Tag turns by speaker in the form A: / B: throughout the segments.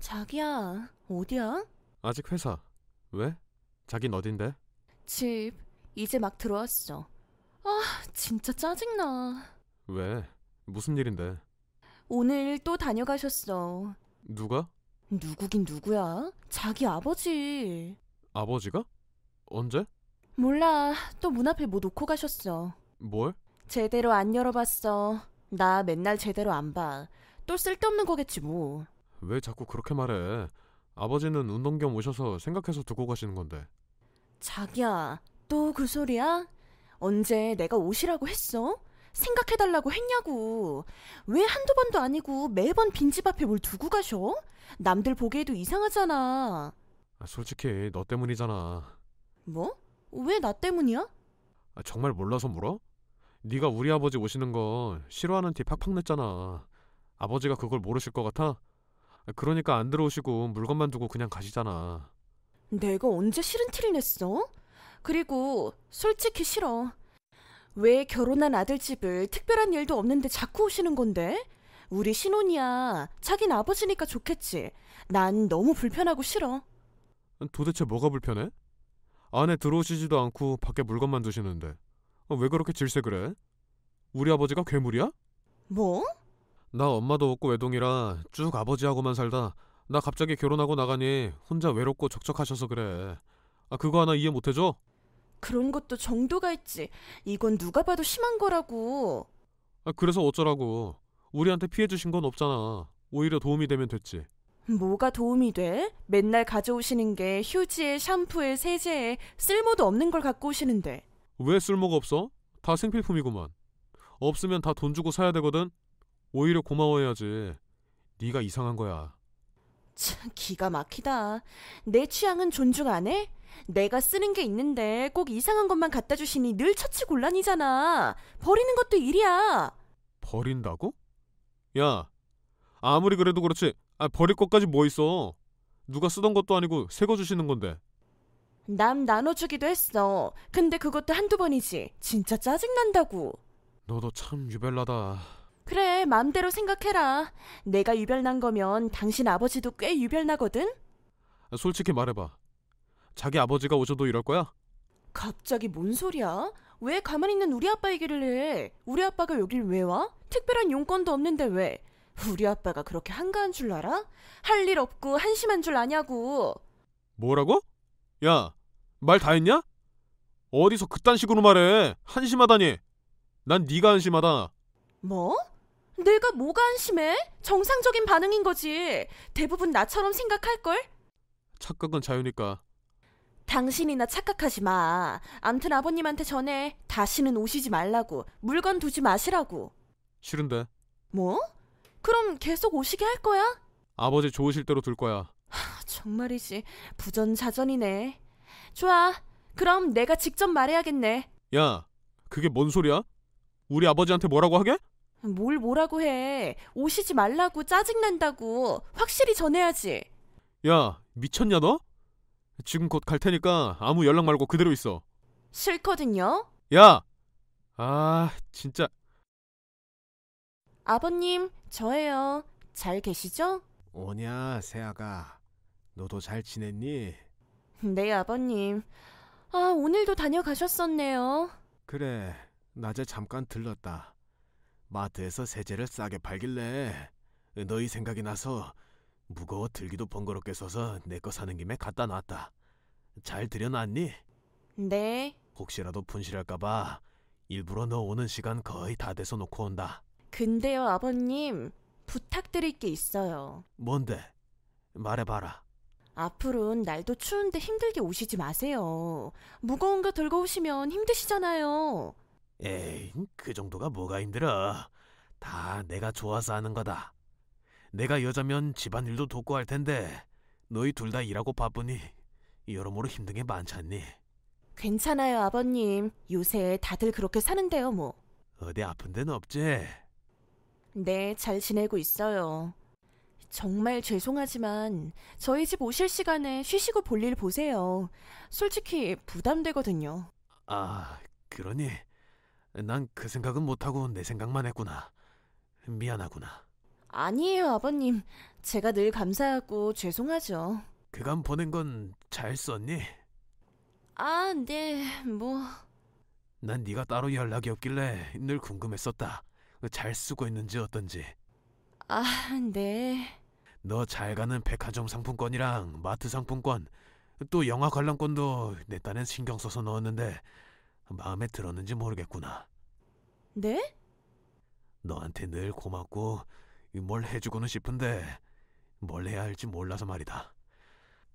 A: 자기야, 어디야?
B: 아직 회사. 왜? 자긴 어딘데?
A: 집. 이제 막 들어왔어. 아, 진짜 짜증나.
B: 왜? 무슨 일인데?
A: 오늘 또 다녀가셨어.
B: 누가?
A: 누구긴 누구야? 자기 아버지.
B: 아버지가? 언제?
A: 몰라. 또 문 앞에 뭐 놓고 가셨어.
B: 뭘?
A: 제대로 안 열어봤어. 나 맨날 제대로 안 봐. 또 쓸데없는 거겠지 뭐.
B: 왜 자꾸 그렇게 말해? 아버지는 운동 겸 오셔서 생각해서 두고 가시는 건데.
A: 자기야, 또 그 소리야? 언제 내가 오시라고 했어? 생각해달라고 했냐고. 왜 한두 번도 아니고 매번 빈집 앞에 뭘 두고 가셔? 남들 보기에도 이상하잖아.
B: 아, 솔직히 너 때문이잖아.
A: 뭐? 왜 나 때문이야?
B: 아, 정말 몰라서 물어? 네가 우리 아버지 오시는 거 싫어하는 티 팍팍 냈잖아. 아버지가 그걸 모르실 것 같아? 아, 그러니까 안 들어오시고 물건만 두고 그냥 가시잖아.
A: 내가 언제 싫은 티를 냈어? 그리고 솔직히 싫어. 왜 결혼한 아들 집을 특별한 일도 없는데 자꾸 오시는 건데? 우리 신혼이야. 자긴 아버지니까 좋겠지. 난 너무 불편하고 싫어.
B: 도대체 뭐가 불편해? 안에 들어오시지도 않고 밖에 물건만 두시는데 아, 왜 그렇게 질색을 해? 우리 아버지가 괴물이야?
A: 뭐?
B: 나 엄마도 없고 외동이라 쭉 아버지하고만 살다 나 갑자기 결혼하고 나가니 혼자 외롭고 적적하셔서 그래. 아 그거 하나 이해 못해줘?
A: 그런 것도 정도가 있지. 이건 누가 봐도 심한 거라고.
B: 아, 그래서 어쩌라고? 우리한테 피해 주신 건 없잖아. 오히려 도움이 되면 됐지.
A: 뭐가 도움이 돼? 맨날 가져오시는 게 휴지에 샴푸에 세제에 쓸모도 없는 걸 갖고 오시는데.
B: 왜 쓸모가 없어? 다 생필품이구만. 없으면 다 돈 주고 사야 되거든. 오히려 고마워해야지. 네가 이상한 거야.
A: 참 기가 막히다. 내 취향은 존중 안 해? 내가 쓰는 게 있는데 꼭 이상한 것만 갖다 주시니 늘 처치곤란이잖아. 버리는 것도 일이야.
B: 버린다고? 야, 아무리 그래도 그렇지. 아, 버릴 것까지 뭐 있어? 누가 쓰던 것도 아니고 새 거 주시는 건데.
A: 남 나눠주기도 했어. 근데 그것도 한두 번이지. 진짜 짜증난다고.
B: 너도 참 유별나다.
A: 그래, 마음대로 생각해라. 내가 유별난 거면 당신 아버지도 꽤 유별나거든?
B: 아, 솔직히 말해봐. 자기 아버지가 오셔도 이럴 거야?
A: 갑자기 뭔 소리야? 왜 가만히 있는 우리 아빠 얘기를 해? 우리 아빠가 여길 왜 와? 특별한 용건도 없는데 왜? 우리 아빠가 그렇게 한가한 줄 알아? 할 일 없고 한심한 줄 아냐고.
B: 뭐라고? 야, 말 다 했냐? 어디서 그딴 식으로 말해? 한심하다니. 난 네가 한심하다.
A: 뭐? 내가 뭐가 한심해? 정상적인 반응인 거지. 대부분 나처럼 생각할걸?
B: 착각은 자유니까.
A: 당신이나 착각하지 마. 암튼 아버님한테 전해. 다시는 오시지 말라고. 물건 두지 마시라고.
B: 싫은데.
A: 뭐? 그럼 계속 오시게 할 거야?
B: 아버지 좋으실 대로 둘 거야.
A: 아, 정말이지 부전자전이네. 좋아. 그럼 내가 직접 말해야겠네.
B: 야, 그게 뭔 소리야? 우리 아버지한테 뭐라고 하게?
A: 뭘 뭐라고 해. 오시지 말라고 짜증난다고 확실히 전해야지.
B: 야, 미쳤냐 너? 지금 곧 갈 테니까 아무 연락 말고 그대로 있어.
A: 싫거든요.
B: 야! 아, 진짜.
A: 아버님, 저예요. 잘 계시죠?
C: 오냐, 세아가. 너도 잘 지냈니?
A: 네, 아버님. 아, 오늘도 다녀가셨었네요.
C: 그래, 낮에 잠깐 들렀다. 마트에서 세제를 싸게 팔길래 너희 생각이 나서 무거워 들기도 번거롭게 써서 내 거 사는 김에 갖다 놨다. 잘 들여놨니?
A: 네.
C: 혹시라도 분실할까봐 일부러 너 오는 시간 거의 다 돼서 놓고 온다.
A: 근데요, 아버님. 부탁드릴 게 있어요.
C: 뭔데? 말해봐라.
A: 앞으로는 날도 추운데 힘들게 오시지 마세요. 무거운 거 들고 오시면 힘드시잖아요.
C: 에이, 그 정도가 뭐가 힘들어. 다 내가 좋아서 하는 거다. 내가 여자면 집안일도 돕고 할 텐데 너희 둘 다 일하고 바쁘니 여러모로 힘든 게 많잖니.
A: 괜찮아요, 아버님. 요새 다들 그렇게 사는데요, 뭐.
C: 어디 아픈 데는 없지?
A: 네, 잘 지내고 있어요. 정말 죄송하지만 저희 집 오실 시간에 쉬시고 볼 일 보세요. 솔직히 부담되거든요.
C: 아, 그러니 난 그 생각은 못하고 내 생각만 했구나. 미안하구나.
A: 아니에요, 아버님. 제가 늘 감사하고 죄송하죠.
B: 그간 보낸 건 잘 썼니?
A: 아, 네, 뭐.
B: 난 네가 따로 연락이 없길래 늘 궁금했었다. 잘 쓰고 있는지 어떤지.
A: 아, 네.
B: 너 잘 가는 백화점 상품권이랑 마트 상품권 또 영화 관람권도 내 딴엔 신경 써서 넣었는데 마음에 들었는지 모르겠구나.
A: 네?
B: 너한테 늘 고맙고 뭘 해주고는 싶은데 뭘 해야 할지 몰라서 말이다.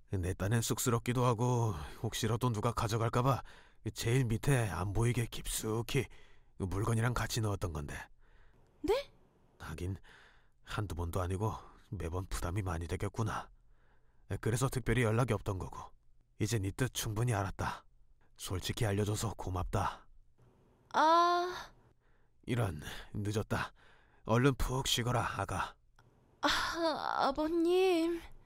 B: 내 딴엔 쑥스럽기도 하고 혹시라도 누가 가져갈까봐 제일 밑에 안 보이게 깊숙이 물건이랑 같이 넣었던 건데.
A: 네?
B: 하긴 한두 번도 아니고 매번 부담이 많이 되겠구나. 그래서 특별히 연락이 없던 거고. 이제 네 뜻 충분히 알았다. 솔직히 알려줘서 고맙다.
A: 아,
B: 이런 늦었다. 얼른 푹 쉬거라 아가.
A: 아 아버님.